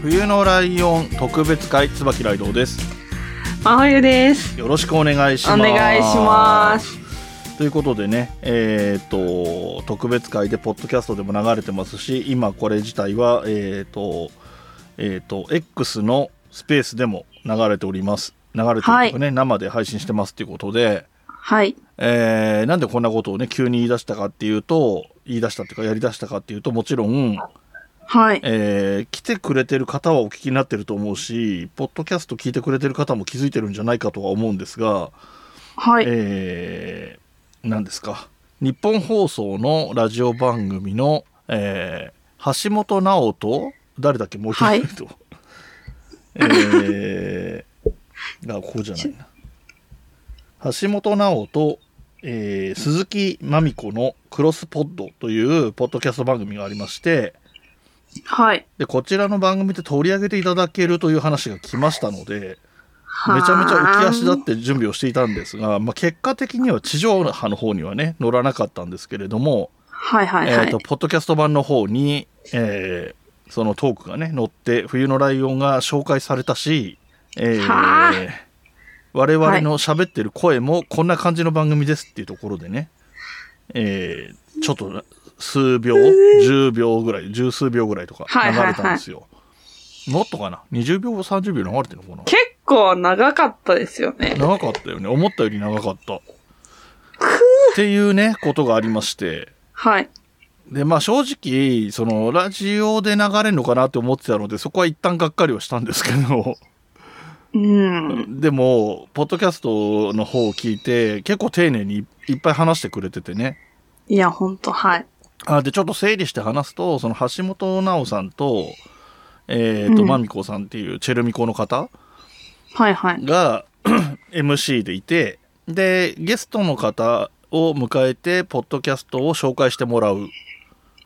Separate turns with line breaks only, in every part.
冬のライオン特別会椿ライドウです。
真冬です。
よろしくお願いし
お
ます。
願いします。
ということでね、えっ、と、特別会で、ポッドキャストでも流れてますし、今これ自体は、えっ、と、えっ、と、X のスペースでも流れております。流れてるというかね、生で配信してますということで、
はい。
えーなんでこんなことをね、急に言い出したかっていうと、言い出したっていうか、やり出したかっていうと、もちろん、
はい。
えー来てくれてる方はお聞きになってると思うし、ポッドキャスト聞いてくれてる方も気づいてるんじゃないかとは思うんですが、
はい。
えー、何ですか日本放送のラジオ番組の、えー橋本直人誰だっけもう一人、
はい
とえー、あここじゃないな橋本直人、えー鈴木まみ子の「クロスポッド」というポッドキャスト番組がありまして
はい。
でこちらの番組で取り上げていただけるという話が来ましたので
はー
めちゃめちゃ浮き足立って準備をしていたんですが、まあ、結果的には地上波の方にはね乗らなかったんですけれども、
はいはいは
えー
い
と。ポッドキャスト版の方に、えーそのトークがね載って「冬のライオン」が紹介されたし、えー
はあ
我々の喋ってる声もこんな感じの番組ですっていうところでね、えーちょっと数秒10秒ぐらい十数秒ぐらいとか
はい
流
はいはい
れたんですよ。もっとかな20秒30秒流れてるのかな
結構長かったですよね。
長かったよね思ったより長かったっていうねことがありまして
はい。
でまあ正直そのラジオで流れるのかなって思ってたのでそこは一旦がっかりはしたんですけど
うん。
でもポッドキャストの方を聞いて結構丁寧にいっぱい話してくれててね
いや、ほんと、はい。
あでちょっと整理して話すとその橋本直さんとえっ、と、
うん
まみこさんっていうチェルミコの方
はいはい。
が MC でいてでゲストの方を迎えてポッドキャストを紹介してもらうっ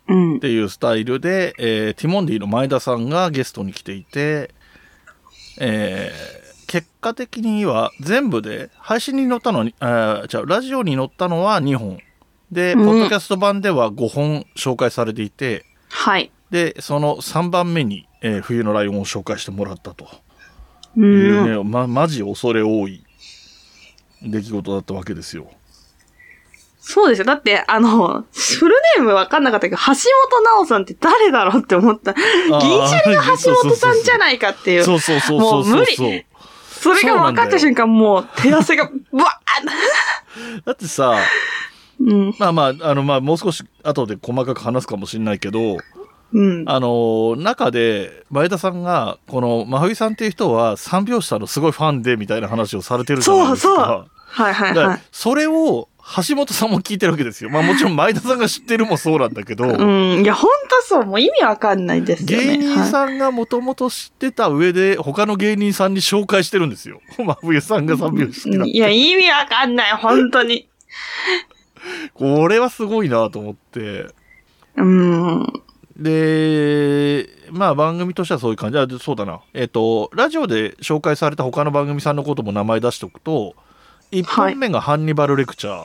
うん。
ていうスタイルで、えーティモンディの前田さんがゲストに来ていて、えー結果的には全部で配信に載ったのにあじゃラジオに載ったのは2本で、
うん
ポッドキャスト版では5本紹介されていて
はい。
でその3番目に、えー冬のライオン」を紹介してもらったと。
う
いうね
ん。、
ま、マジ恐れ多い出来事だったわけですよ。
そうですよ。だって、あの、フルネームわかんなかったけど、橋本直さんって誰だろうって思った。銀シャリの橋本さんじゃ
い
ないかっていう。
そうそうそうそう
もう
そう
無
そう
理それが分かった瞬間、もう手汗 が、ぶわー
だってさ、
うん。
まあまあ、あの、まあ、もう少し後で細かく話すかもしれないけど、
うん。
あの、中で、前田さんが、この、真冬さんっていう人は、三拍子さんのすごいファンで、みたいな話をされてるじゃないですか。
そうそうはいはい
だか
は
らそれを、橋本さんも聞いてるわけですよ。まあもちろん前田さんが知ってるもそうなんだけど、
い。うん。いや、ほんとそう。もう意味わかんないですよね。
芸人さんがもともと知ってた上で、他の芸人さんに紹介してるんですよ。真冬さんが三拍子好きな
はい、いや、意味わかんない。ほんとに。
これはすごいなと思って。
うん。
で、まあ番組としてはそういう感じ。あ、でそうだな。えっ、と、ラジオで紹介された他の番組さんのことも名前出しておくと、一本目がハンニバルレクチャー。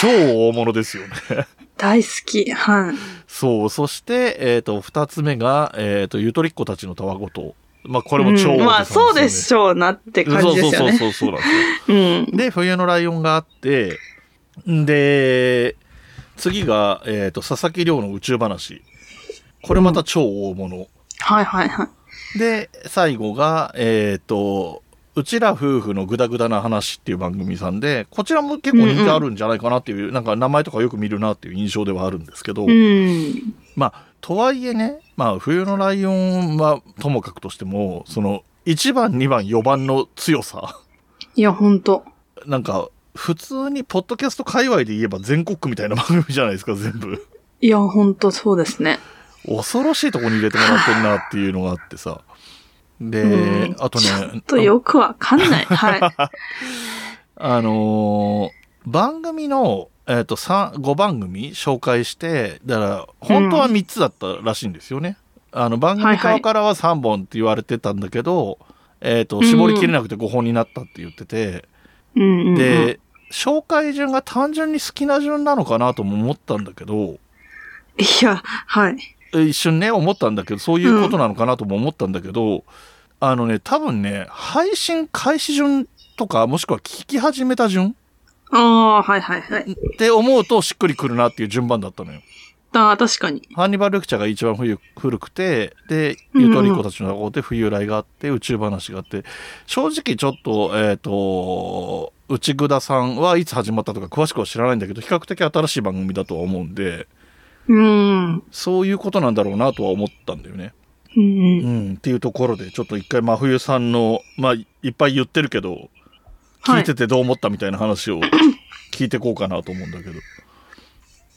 超大物ですよね。
大好き。はい。
そう。そして、えっ、と、二つ目が、えっ、と、ゆとりっ子たちのたわごと。まあこれも超大物
うんまあ、そうでし
ょ。
ょうなって感じですよね。
そうそうそうそうそうなんですよ。
うん。
で、冬のライオンがあって、んで、次が、えっ、と、佐々木亮の宇宙話。これまた超大物。
はいはいはい。
で、最後が、えっ、と、うちら夫婦のグダグダな話っていう番組さんで、こちらも結構人気あるんじゃないかなっていう、なんか名前とかよく見るなっていう印象ではあるんですけど、
うん。
まあ、とはいえね、まあ、冬のライオンはともかくとしても、その、1番、2番、4番の強さ。
いや、ほんと。
なんか、普通にポッドキャスト界隈で言えば全国区みたいな番組じゃないですか、全部。
いや、ほんとそうですね。
恐ろしいとこに入れてもらってるなっていうのがあってさ。で、
うん
あと
ちょ
ね
っ、とよくわかん ない。はい。
あのー番組の、えっ、と、三5番組紹介して、だから、本当は3つだったらしいんですよね。あの、番組側からは3本って言われてたんだけど、えっ、と、絞りきれなくて5本になったって言ってて、
うんうんうん、
で、紹介順が単純に好きな順なのかなとも思ったんだけど、
いや、はい。
え一瞬ね、思ったんだけど、そういうことなのかなとも思ったんだけど、あのね、多分ね、配信開始順とか、もしくは聞き始めた順
ああ、はいはいはい。
って思うとしっくりくるなっていう順番だったのよ。
ああ、確かに。
ハンニバルレクチャーが一番古古くて、で、ゆとりっ子たちの学校で冬来があって、宇宙話があって、正直ちょっと、えっ、と、内蔵さんはいつ始まったとか詳しくは知らないんだけど、比較的新しい番組だとは思うんで、
うん。うん
そういうことなんだろうなとは思ったんだよね。
う。
うんん、っていうところで、ちょっと一回真冬さんの、まあ、いっぱい言ってるけど、
は
聞
い
いててどう思ったみたいな話を聞いてこうかなと思うんだけど。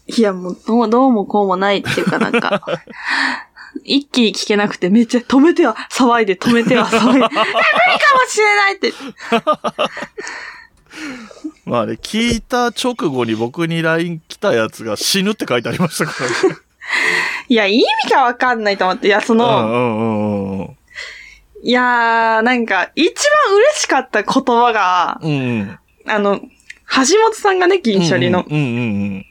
いや、もう、どうどうもこうもないっていうかなんか、 一気に聞けなくてめっちゃ止めては騒いで、止めては騒いで、 無理かもしれないって。
まあね、聞いた直後に僕に LINE 来たやつが死ぬって書いてありましたからね。
いや、意味がわかんないと思って、いや、その、
うんうんうんうん。
いやー、なんか、一番嬉しかった言葉が、
うんうん。
あの、橋本さんがね、銀シャリの、
うんうんうん。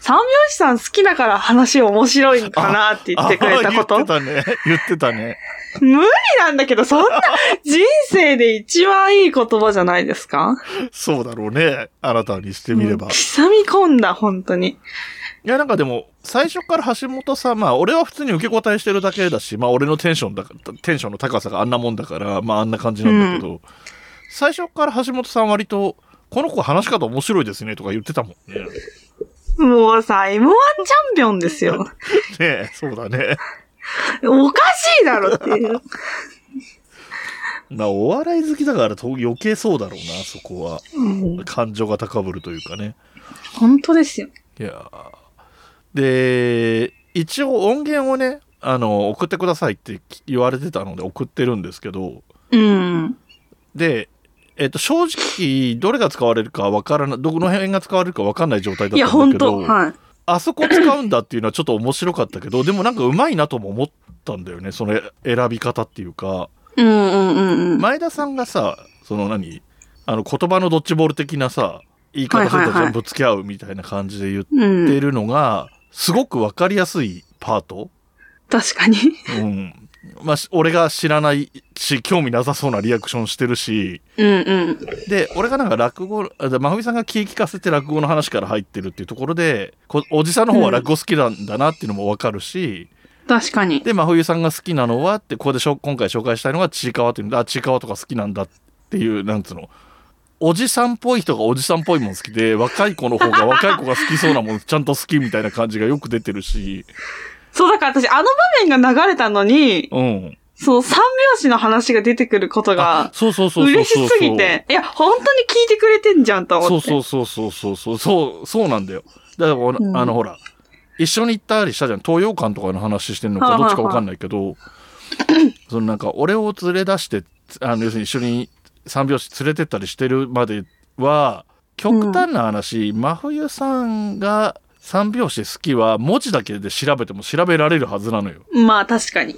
三拍子さん好きだから話面白いんかなって言ってくれたこ
あ
と
言ってたね。言ってたね。
無理なんだけど、そんな人生で一番いい言葉じゃないですか
そうだろうね。あなたにしてみれば。
もう刻み込んだ、本当に。
いや、なんかでも、最初から橋本さん、まあ、俺は普通に受け答えしてるだけだし、まあ、俺のテンションだから、テンションの高さがあんなもんだから、まあ、あんな感じなんだけど、最初から橋本さん割と、この子話し方面白いですねとか言ってたもんね。ね
もうさ、M1 チャンピオンですよ。
え、そうだね。
おかしいだろっていう。
なお笑い好きだからと余計そうだろう な、そこは。
もう
感情が高ぶるというかね。
本当ですよ。
いやーで、一応音源をね、あの、送ってくださいって言われてたので送ってるんですけど、
うん。
で、えっと、正直、どれが使われるかわからない、どこの辺が使われるかわかんない状態だ
いや、
ったんだ
本
け
当
ど、
はい。
あそこ使うんだっていうのはちょっと面白かったけど、でもなんかうまいなとも思ったんだよね、その選び方っていうか。
うんうんうんうん。
前田さんがさその何あの言葉のドッジボール的なさ言い方す
は
る
い
と
はいはい
全部付き合うみたいな感じで言っ
う
て
ん。
るのがすごく分かりやすいパート、
確かに。
うんまあ、し俺が知らないし興味なさそうなリアクションしてるし
うんうん。で
で俺がなんか落語あで真冬さんが気聞かせて落語の話から入ってるっていうところでこおじさんの方は落語好きなんだなっていうのも分かるし。
確かに。
で真冬さんが好きなのはってここでしょ今回紹介したいのがちいかわっていうのであちいかわとか好きなんだっていうなんつうのおじさんっぽい人がおじさんっぽいもん好きで若い子の方が若い子が好きそうなもんちゃんと好きみたいな感じがよく出てるし
そう、だから私、あの場面が流れたのに、
うん
そう、三拍子の話が出てくることが、
そうそうそうそう
嬉
そ
し
う
すぎて。いや、本当に聞いてくれてんじゃんと思って。
そうそうそうそうそうそうそうそうなんだよだからほら、
うん
あのほら一緒に行ったりしたじゃん東洋館とかの話してんのか
はい
ど
はいは
っ
い
ちかわかんない けどそのなんか俺を連れ出してあの要するに一緒に三拍子連れてったりしてるまでは極端な話、真冬さんが三拍子好きは文字だけで調べても調べられるはずなのよ
まあ、確かに。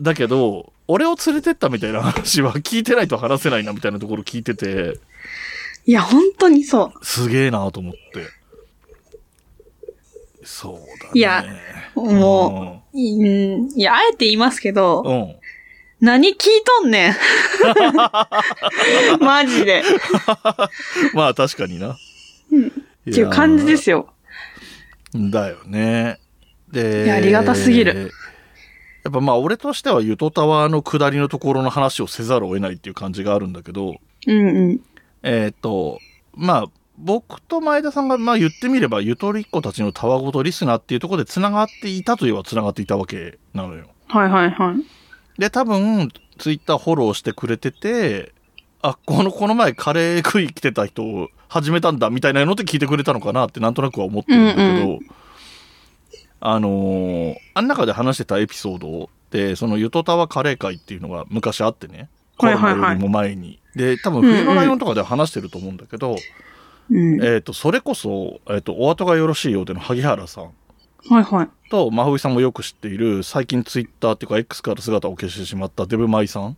だけど俺を連れてったみたいな話は聞いてないと話せないなみたいなところ聞いてて
いや、本当にそ
すげえなと思って。そうだね。
いやう。もう、うん、いや、あえて言いますけど、
うん。うん。
何聞いとん ねん。マジで。
まあ確かにな。
っていう感じですよ。
よ。だよね。で、
いやありがたすぎる。
やっぱまあ俺としてはゆとタワーの下りのところの話をせざるを得ないっていう感じがあるんだけど、
うんうん。
えっ、と、まあ、僕と前田さんが、まあ言ってみれば、ゆとりっ子たちのたわごとリスナーっていうところで繋がっていたといえば繋がっていたわけなのよ。
はいはいはい。
で、多分、ツイッターフォローしてくれてて、あ、この、この前カレー食い来てた人を始めたんだみたいなのって聞いてくれたのかなってなんとなくは思ってるんだけど、
うんう
あのーあん中で話してたエピソードってそのゆとたわカレー会っていうのが昔あってねコ
はい
ロ
はいはい
ナよりも前に、で多分冬のライオンとかでは話してると思うんだけど、
うん。
えー、とそれこそ、えーと「お後がよろしいようで」の萩原さん
はいはい。
と真冬さんもよく知っている最近ツイッターっていうか X から姿を消してしまったデブマイさん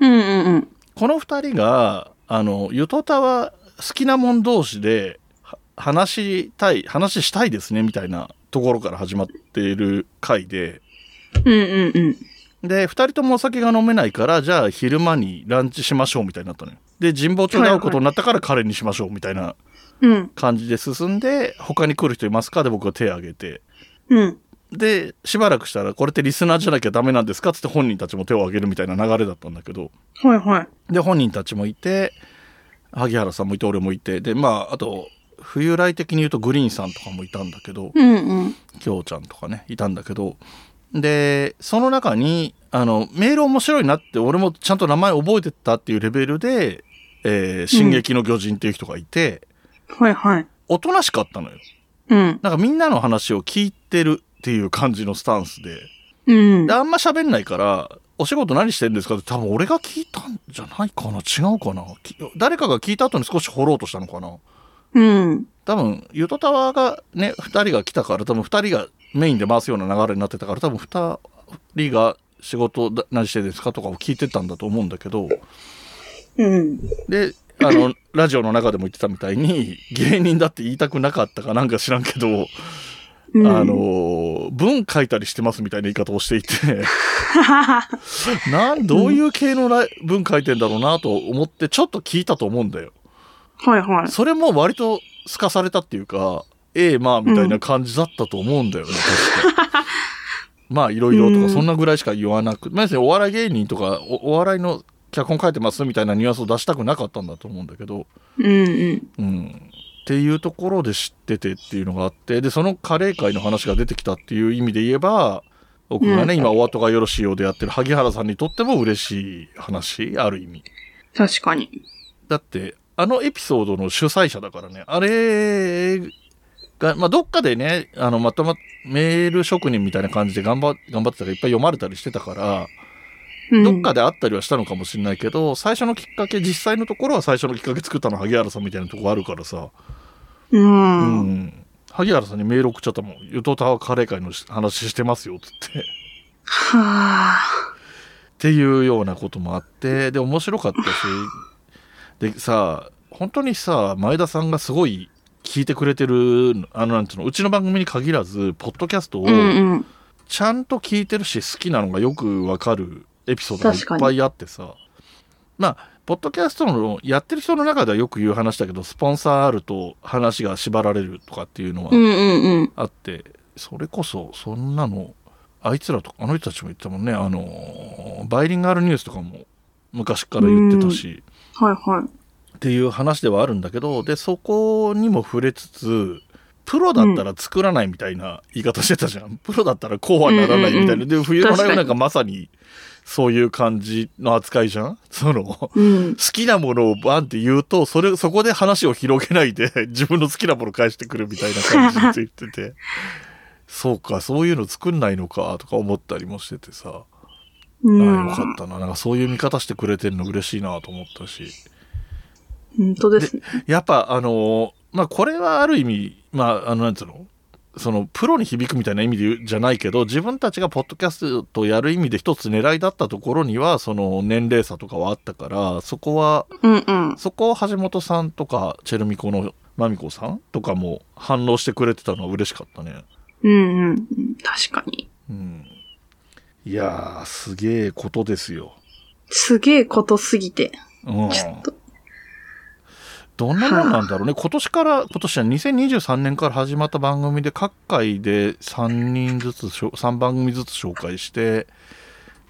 うんうんうん。
この二人が、あの、ゆとたは好きなもん同士で、は話したい、話したいですね、みたいなところから始まっている回で、
うんうんうん。
で、二人ともお酒が飲めないから、じゃあ昼間にランチしましょう、みたいになったのよ。で、神保町で会うことになったから彼にしましょう、みたいな
うん。
感じで進んで、他に来る人いますかで僕が手を挙げて。
うん。
で、しばらくしたら、これってリスナーじゃなきゃダメなんですかつって本人たちも手を挙げるみたいな流れだったんだけど、
はいはい。
で本人たちもいて萩原さんもいて俺もいてでまああと冬来的に言うとグリーンさんとかもいたんだけど
うんうん。
京ちゃんとかねいたんだけどでその中にあのメール面白いなって俺もちゃんと名前覚えてたっていうレベルで「えー進撃の巨人」っていう人がいて、
はいはい。
おとなしかったのよ
うん。
なんかみんなの話を聞いてるっていう感じのスタンスで
うん
で。あんま喋んないから、お仕事何してるんですかって多分俺が聞いたんじゃないかな違うかなき誰かが聞いた後に少し掘ろうとしたのかな
うん。
多分、ゆとたわがね、二人が来たから、多分二人がメインで回すような流れになってたから、多分二人が仕事だ何してるんですかとかを聞いてたんだと思うんだけど、
うん。
で、あの、ラジオの中でも言ってたみたいに、芸人だって言いたくなかったかなんか知らんけど、
うん
あ、の、文書いたりしてますみたいな言い方をしていて、なんどういう系のライ文書いてんだろうなと思ってちょっと聞いたと思うんだよ。
はいはい。
それも割と透かされたっていうか、ええまあみたいな感じだったと思うんだよね、確か。まあいろいろと
う
か
ん
そんなぐらいしか言わなく、まあですねお笑い芸人とかおお笑いの脚本書いてますみたいなニュアンスを出したくなかったんだと思うんだけど、
うんうん。
うん。っていうところで知っててっていうのがあって、で、そのカレー会の話が出てきたっていう意味で言えば、僕がね、
うん
今、お後がよろしいようでやってる萩原さんにとっても嬉しい話、ある意味。
確かに。
だって、あのエピソードの主催者だからね、あれが、まあ、どっかでね、あの、またま、メール職人みたいな感じで頑張頑張ってたらいっぱい読まれたりしてたから、
うん
どっかであったりはしたのかもしれないけど、最初のきっかけ、実際のところは最初のきっかけ作ったのは萩原さんみたいなとこあるからさ、
う。
うんん萩原さんにメール送っちゃったもん。ゆとたわカレー会のし話してますよ、つって。っ
はあ。
ていうようなこともあって、で、面白かったし、で、さ、本当にさ、前田さんがすごい聞いてくれてる、あの、なんていうの、うちの番組に限らず、ポッドキャストを
うんうん。
ちゃんと聞いてるし、好きなのがよくわかるエピソードがい
確か
っ
に
ぱいあってさ、まあ、ポッドキャストのやってる人の中ではよく言う話だけど、スポンサーあると話が縛られるとかっていうのは、
うんうんうん。
あってそれこそそんなのあいつらとあの人たちも言ってたもんねあのバイリンガルニュースとかも昔から言ってたし、
はいはい。
っていう話ではあるんだけどでそこにも触れつつプロだったら作らないみたいな言い方してたじゃん、プロだったらこうはならないみたい
うん
な、
うんうん
で冬のライオンなん
確か
かまさにそういう感じの扱いじゃんその
うん。
好きなものをバンって言うと、それ、そこで話を広げないで、 自分の好きなもの返してくるみたいな感じで言って て、そうか、そういうの作んないのか、とか思ったりもしててさ、あ
う
あ
ん
よかったな、なんかそういう見方してくれてるの嬉しいなと思ったし、
本当ですね。
やっぱあの、まあ、これはある意味、まあ、あの、なんつうのそのプロに響くみたいな意味で言うじゃないけど自分たちがポッドキャストをやる意味で一つ狙いだったところにはその年齢差とかはあったからそこは
うんうん。
そこを橋本さんとかチェルミコのマミコさんとかも反応してくれてたのは嬉しかったね。
うんうん。確かに。
うん。いやー、すげえことですよ。
すげえことすぎて。
うん。
ちょっと。
どんなもんなんだろうね。今年から、今年は2023年から始まった番組で各回で3人ずつしょ、3番組ずつ紹介して、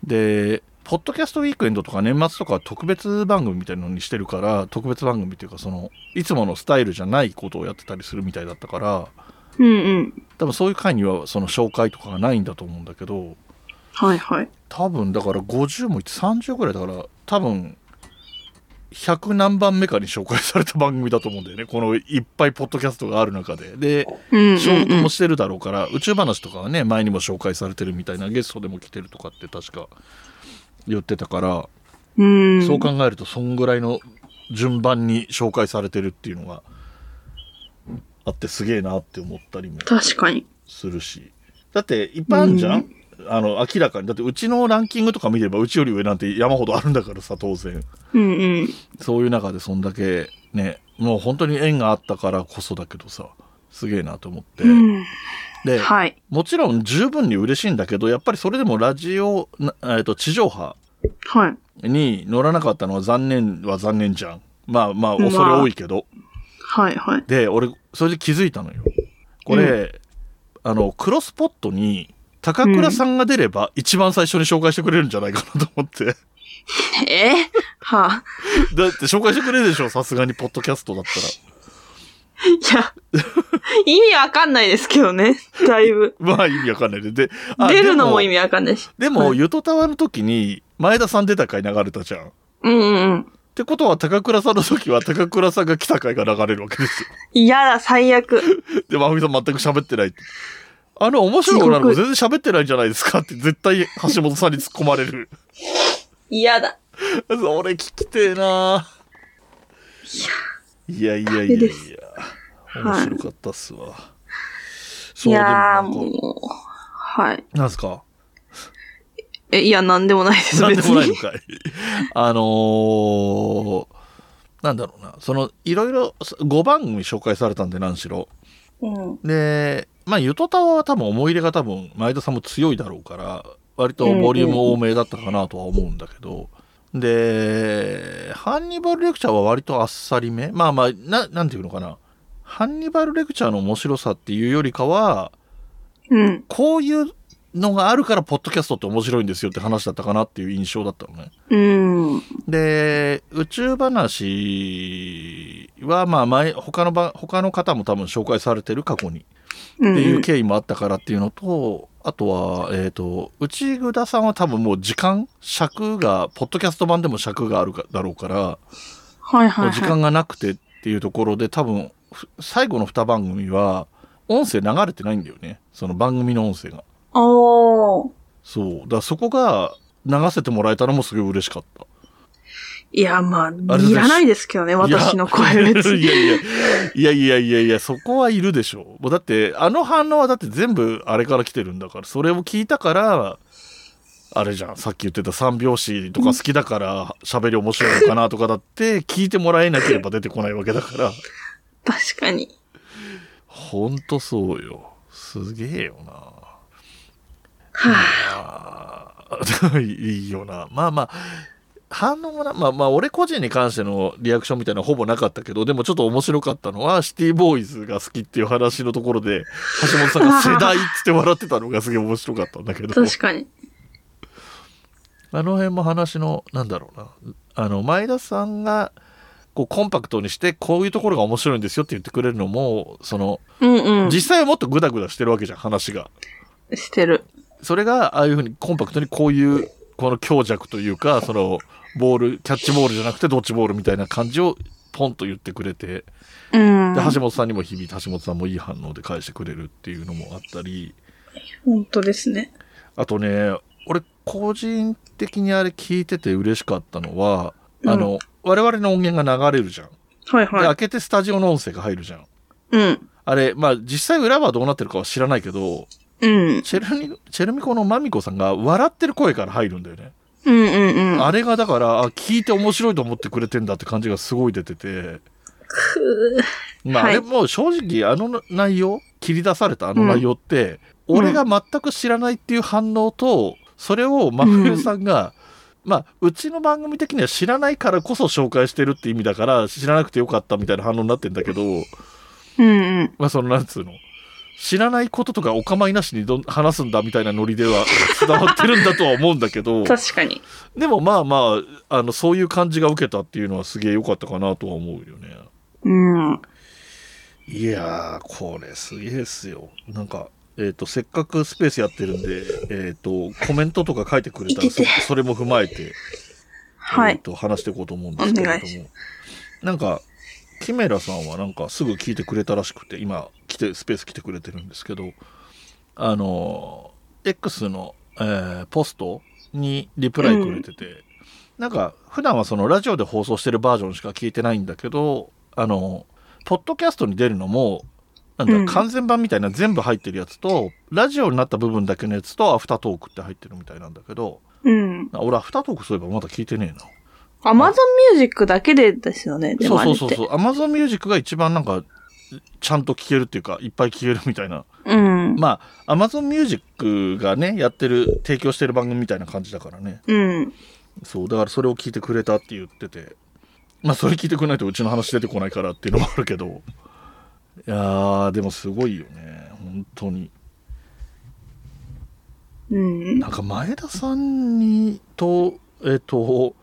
で、ポッドキャストウィークエンドとか年末とか特別番組みたいなのにしてるから、特別番組っていうかその、いつものスタイルじゃないことをやってたりするみたいだったから、
うんうん。
多分そういう回にはその紹介とかがないんだと思うんだけど
はいはい。
多分だから50もいって30ぐらいだから多分100何番目かに紹介された番組だと思うんだよね。このいっぱいポッドキャストがある中で。で、
うん
仕事
うん
もしてるだろうから、宇宙話とかはね、前にも紹介されてるみたいな、ゲストでも来てるとかって確か言ってたから、
うん。うん
そう考えると、そんぐらいの順番に紹介されてるっていうのがあってすげえなって思ったりも
確かに。
するし。だって、いっぱいあるじゃん、あの、明らかに。だって、うちのランキングとか見れば、うちより上なんて山ほどあるんだからさ、当然。
うんうん。
そういう中でそんだけね、もう本当に縁があったからこそだけどさ、すげえなと思って。
うん
で、
はい。
もちろん十分に嬉しいんだけど、やっぱりそれでもラジオ、なえっと、地上波
はい。
に乗らなかったのは残念は残念じゃん。まあまあ、
まあ
恐れ多いけど。
はいはい。
で、俺、それで気づいたのよ。これ、あの、クロスポットに、高倉さんが出れば一番最初に紹介してくれるんじゃないかなと思って。だ
え はあ。
って紹介してくれるでしょさすがにポッドキャストだったら。
いや、 意味わかんないですけどね。だいぶ。
まあ意味わかんないで。で、あ
出るのも意
で
味わかんないし。
でも、
はい
ゆとたわの時に、前田さん出た回流れたじゃん。っ
うんうんうん。
てことは、高倉さんの時は、高倉さんが来た回が流れるわけです
嫌だ、最悪。
よ。で、まふみさん全く喋ってないって。あの、面白い女の子
地
全然喋ってないじゃないですかって、絶対橋本さんに突っ込まれる。
嫌だ。
それ聞きてえなぁいやいやいや
ダメ
いや
です。
面白かったっすわ。
い
そう、で
やー
もなんか
も、う。はい。
なんすか
え、いや、なんでもないです、
なんで
別
もないの
に。
かい。あのー、なんだろうな、その、いろいろ5番組紹介されたんで、何しろ。
うん。
で、まあ、ゆとたわは多分思い入れが多分、前田さんも強いだろうから、割とボリューム多めだったかなとは思うんだけど、で、ハンニバルレクチャーは割とあっさりめ。まあまあ、ななんていうのかな。ハンニバルレクチャーの面白さっていうよりかは、
うん。
こういうのがあるから、ポッドキャストって面白いんですよって話だったかなっていう印象だったのね。
うん。
で、宇宙話は、まあ前、他のば、他の方も多分紹介されてる過去に。
う。
っていうん経緯もあったからっていうのと、あとは、えっ、と、内田さんは多分もう時間、尺が、ポッドキャスト版でも尺があるかだろうから、
はいはい
も
は
う時
い。
間がなくてっていうところで、多分、ふ最後の2番組は、音声流れてないんだよね。その番組の音声が。
おー。
そう。だからそこが流せてもらえたのもすごい嬉しかった。
いや、ま
あ
あ、
れです
いらないですけどね、
いや
私の声別
いや
に。
いや、いやいやいやいや、そこはいるでしょもう。だって、あの反応はだって全部あれから来てるんだから、それを聞いたから、あれじゃん、さっき言ってた三拍子とか好きだから喋り面白いのかなとかだって、聞いてもらえなければ出てこないわけだから、
確かに。
ほんとそうよ。すげえよな。
は
あ ーいいよな。まあまあ、反応もな、まあまあ、俺個人に関してのリアクションみたいなのほぼなかったけど、でもちょっと面白かったのは、シティボーイズが好きっていう話のところで、橋本さんが世代っつって笑ってたのがすげえ面白かったんだけ
あ、
ど、
確かに。
あの辺も話の、なんだろうな、あの、前田さんが、こうコンパクトにして、こういうところが面白いんですよって言ってくれるのも、その、
うんうん。
実際はもっとグダグダしてるわけじゃん、話が。
してる。
それが、ああいうふうにコンパクトにこういう、この強弱というか、その、ボール、キャッチボールじゃなくてドッジボールみたいな感じをポンと言ってくれて、で、
うん。
橋本さんにも響いて、橋本さんもいい反応で返してくれるっていうのもあったり、
本当ですね。
あとね、俺、個人的にあれ聞いてて嬉しかったのは、あの、我々の音源が流れるじゃん。
はい
で、
は
開
い。
けてスタジオの音声が入るじゃん。
うん。
あれ、まあ、実際裏はどうなってるかは知らないけど、
うん。
チェルニチェルミコのマミコさんが笑ってる声から入るんだよね。
うんうんうん。
あれがだから、あ聞いて面白いと思ってくれてんだって感じがすごい出てて。
くー
まあ、
はい
あれもう正直あの内容、切り出されたあの内容って、
うん
俺が全く知らないっていう反応と、それを真冬さんが、まあ、うちの番組的には知らないからこそ紹介してるって意味だから、知らなくてよかったみたいな反応になってんだけど、
うんうん。
まあ、その、なんつうの。知らないこととかお構いなしにどん話すんだみたいなノリでは 伝わってるんだとは思うんだけど。
確かに。
でもまあまあ、あの、そういう感じが受けたっていうのはすげえ良かったかなとは思うよね。
うん。
いやー、これすげえっすよ。なんか、えっ、と、せっかくスペースやってるんで、えっ、と、コメントとか書いてくれたらそ、それも踏まえて、
はい
えーと話していこうと思うんですけ
お
れ
願
ど
いし
もなんかキメラさんはなんかすぐ聞いてくれたらしくて今来てスペース来てくれてるんですけどあの X の、えーポストにリプライくれてて、なんか普段はそのラジオで放送してるバージョンしか聞いてないんだけどあのポッドキャストに出るのもなんだ、
うん
完全版みたいな全部入ってるやつとラジオになった部分だけのやつとアフタートークって入ってるみたいなんだけど
うん。
あ俺アフタートークそういえばまだ聞いてねえな
アマゾンミュージックだけでですよね、で
そ
も
う
あれ
そう
って。
そうそう Amazon Music が一番なんかちゃんと聞けるっていうかいっぱい聞けるみたいな
うん。
まあ Amazon Music がねやってる提供してる番組みたいな感じだからね
うん。
そうだからそれを聞いてくれたって言っててまあそれ聞いてくれないとうちの話出てこないからっていうのもあるけどいやーでもすごいよね本当に
うん。
なんか前田さんにとえっ、と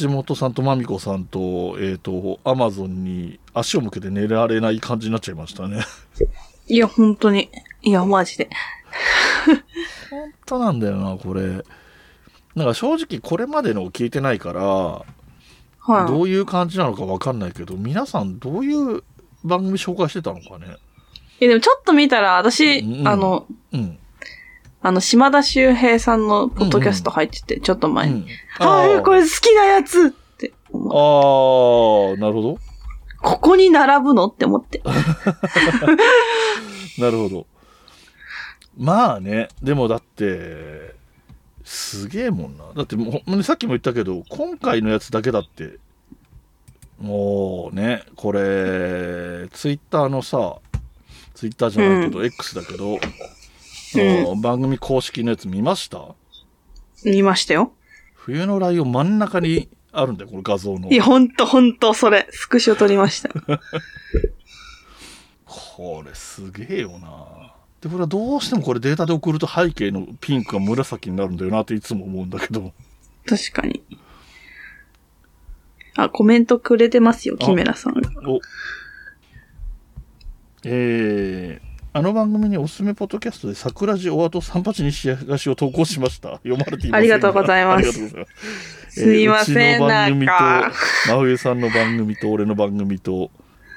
橋本さんとまみこさんとえっ、とアマゾンに足を向けて寝られない感じになっちゃいましたね
いや、本当に。いや、マジで。
本当なんだよなこれなんか正直これまでのを聞いてないからど
は
ういう感じなのかわかんないけど皆さんどういう番組紹介してたのかね
い。いや、でもちょっと見たら、私、
うん
あの、
うん、
あの、島田秀平さんのポッドキャスト入ってて、ちょっと
う
前に。
ん、
ああ、これ好きなやつって
あ
思う
ーなるほど
ここに並ぶのって思って。
なるほどまあねでもだってすげえもんなだってもうほんまにさっきも言ったけど今回のやつだけだってもうねこれツイッターのさツイッターじゃないけど、X だけど、もう番組公式のやつ見ました
見ましたよ。
冬のライオン真ん中にあるんだよこの画像の
いや、ほんとほんと、それ、スクショ撮りました。
これすげえよなでこれはどうしてもこれデータで送ると背景のピンクが紫になるんだよなっていつも思うんだけど
確かに。あ、コメントくれてますよ、
あ
キメラさんが。
おえー、あの番組におすすめポッドキャストで桜地おあと三八にしやがしを投稿しました。読まれていません
ありがとうございます
ありがとうございます。
すいません
えーうちの番組と、
なんか
真冬さんの番組と、俺の番組と、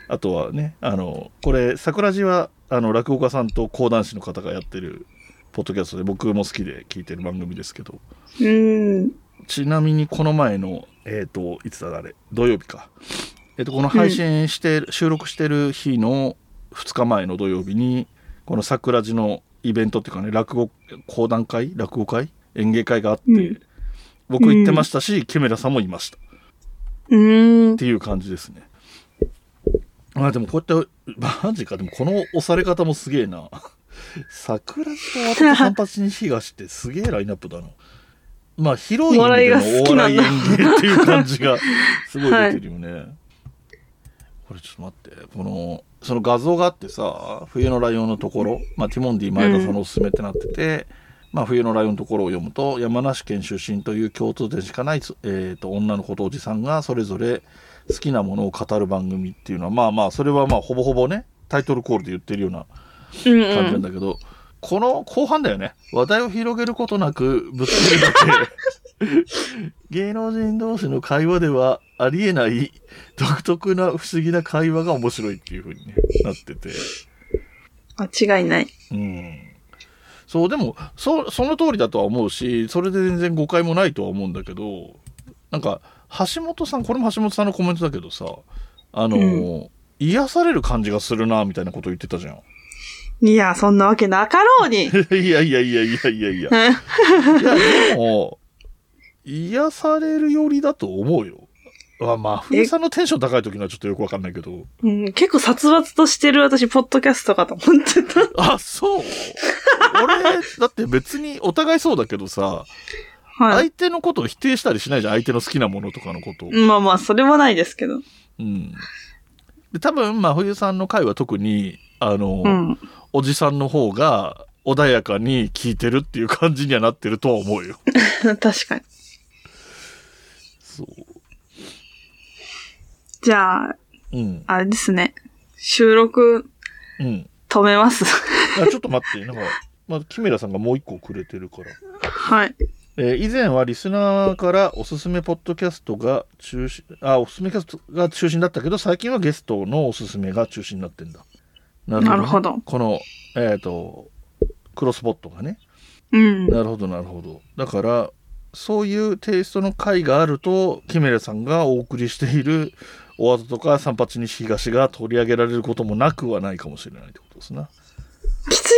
あとはね、あの、これ、桜地は、あの、落語家さんと講談師の方がやってる、ポッドキャストで、僕も好きで聞いてる番組ですけど、
うーん。
ちなみにこの前の、えっ、と、いつだあれ、土曜日か。えっ、と、この配信して、収録してる日の2日前の土曜日に、この桜地のイベントっていうかね、落語、講談会落語会演芸会があって、
うん
僕行ってましたし、キメラさんもいました。っ
うーん。
ていう感じですね。あでもこうやって、 マジか、でもこの押され方もすげえな。桜地と渡三八に東ってすげえラインナップだな。まあ、広い意味でのお笑い演芸っていう感じがすごい出てるよね。これちょっと待って、この、その画像があってさ、冬のライオンのところ、まあ、ティモンディ前田さんのおすすめってなってて、まあ、冬のライオンのところを読むと、山梨県出身という共通点しかない、えー、と女の子とおじさんがそれぞれ好きなものを語る番組っていうのは、まあまあ、それはまあ、ほぼほぼね、タイトルコールで言ってるよう
うん
な感じ
う
なん
ん。
だけど、この後半だよね。話題を広げることなくぶつけるだけ。芸能人同士の会話ではありえない独特な不思議な会話が面白いっていう風に、ね、なってて。
間違いない。
うん。そう、でも、そ、その通りだとは思うし、それで全然誤解もないとは思うんだけど、なんか、橋本さん、これも橋本さんのコメントだけどさ、あの、
う
癒される感じがするな、みたいなこと言ってたじゃん。
いや、そんなわけなかろう に。
いやいやいやいやいやいや。
う
いや、でも、癒されるよりだと思うよ。あまあ、冬さんのテンション高い時にはちょっとよくわかんないけど。
んうん結構殺伐としてる私、ポッドキャストかと思ってた。
あ、そう俺、だって別にお互いそうだけど
は
さ、
い。
相手のことを否定したりしないじゃん。相手の好きなものとかのことを。
まあまあ、それはないですけど。
うん。で多分、まあ、冬さんの回は特に、あの、
うん。
おじさんの方が穏やかに聞いてるっていう感じにはなってるとは思うよ。
確かに。
そう。
じゃあ、
うん。
あれですね。収録
うん。
止めます。
あちょっと待って、なんか、まあ、キメラさんがもう一個くれてるから。
はい。
えー以前はリスナーからおすすめポッドキャストが中心、あ、おすすめキャストが中心だったけど、最近はゲストのおすすめが中心になってんだ。な
なるほど
この、えっ、と、クロスポットがね。
うん。
なるほど、なるほど。だから、そういうテイストの回があると、キメラさんがお送りしている、おわざとか三八西東が取り上げられることもなくはないかもしれないってことですな。
きつい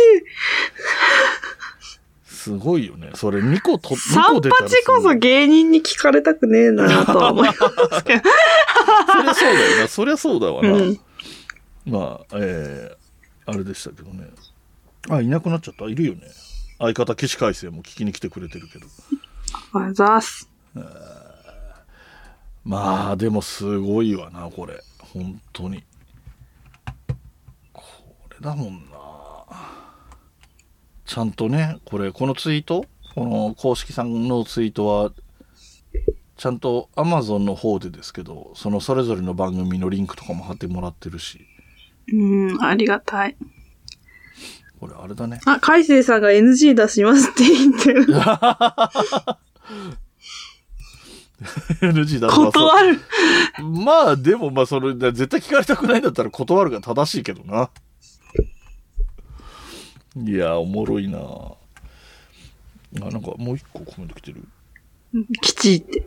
すごいよね。それ2個と、
三
2個出たらす
八こ
ご
そ
い
芸人に聞かれたくねえなとは思い ますけど。
そりゃそうだよな。そりゃそうだわな。
うん。
まあ、えー、あれでしたけどね。あ、いなくなっちゃった。いるよね。相方、岸海生も聞きに来てくれてるけど。
おはようございます。
まあ、でもすごいわな、これ。本当に。これだもんな。ちゃんとね、これ、このツイートこの公式さんのツイートは、ちゃんと Amazon の方でですけど、そのそれぞれの番組のリンクとかも貼ってもらってるし、
うん、ありがたい。
これあれだね。
あ、海星さんが NG 出しますって言ってる。
NG だと
断 る。
まあでもまあそれ絶対聞かれたくないんだったら断るが正しいけどな。いやおもろいなあなんかもう一個コメント来てる
きちいって。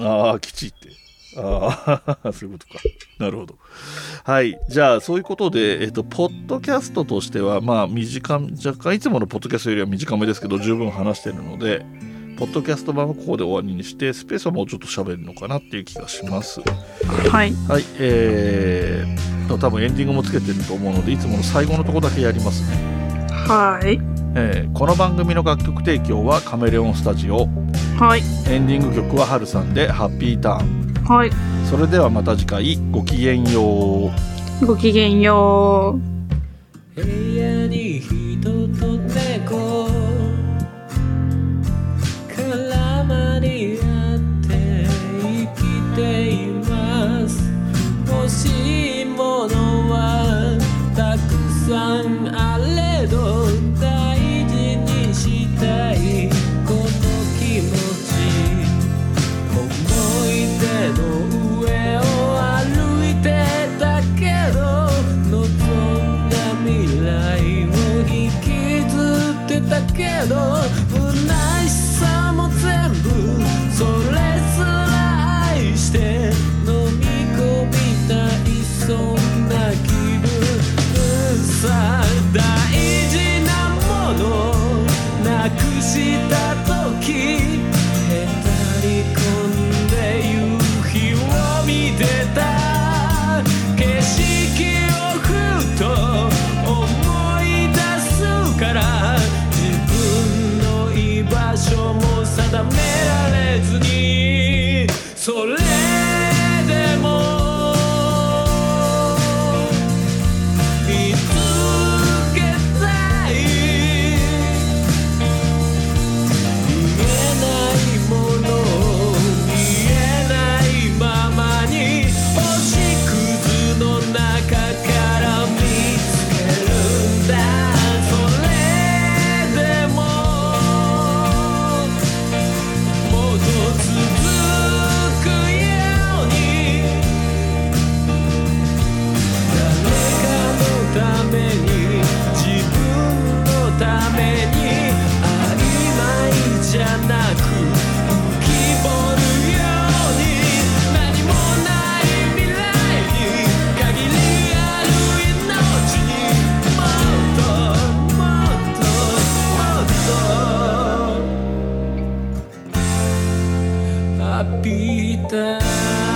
ああ、きちいって。ああ、 そういうことか。なるほど。はい。じゃあ、そういうことで、えっと、ポッドキャストとしては、まあ、短め、若干いつものポッドキャストよりは短めですけど、十分話してるので、ポッドキャスト版はここで終わりにして、スペースはもうちょっと喋るのかなっていう気がします。
はい。
はい、えー、多分エンディングもつけてると思うのでいつもの最後のとこだけやりますね、
はい。
えーこの番組の楽曲提供はカメレオンスタジオ
はい。
エンディング曲はハルさんで「ハッピーターン
はい。」
それではまた次回ごきげんよう
ごきげんよう。
部屋に人と猫絡まり合って生きています欲しいものはたくさんあれど大事にしたいこの気持ち思い出の上を歩いてたけど望んだ未来を引きずってたけど不悔しさも全部それすら愛して飲み込みたいそんな気分さ大事なものなくした時へたり込んで夕日を見てた景色をふと思い出すから自分の居場所も定められずにそれでも見つけたい見えないもの見えないままに星屑の中から見つけるんだそれでももっと続くように誰かのために自分のために曖昧じゃなく浮き彫るように何もない未来に限りある命にもっともっともっと浴びた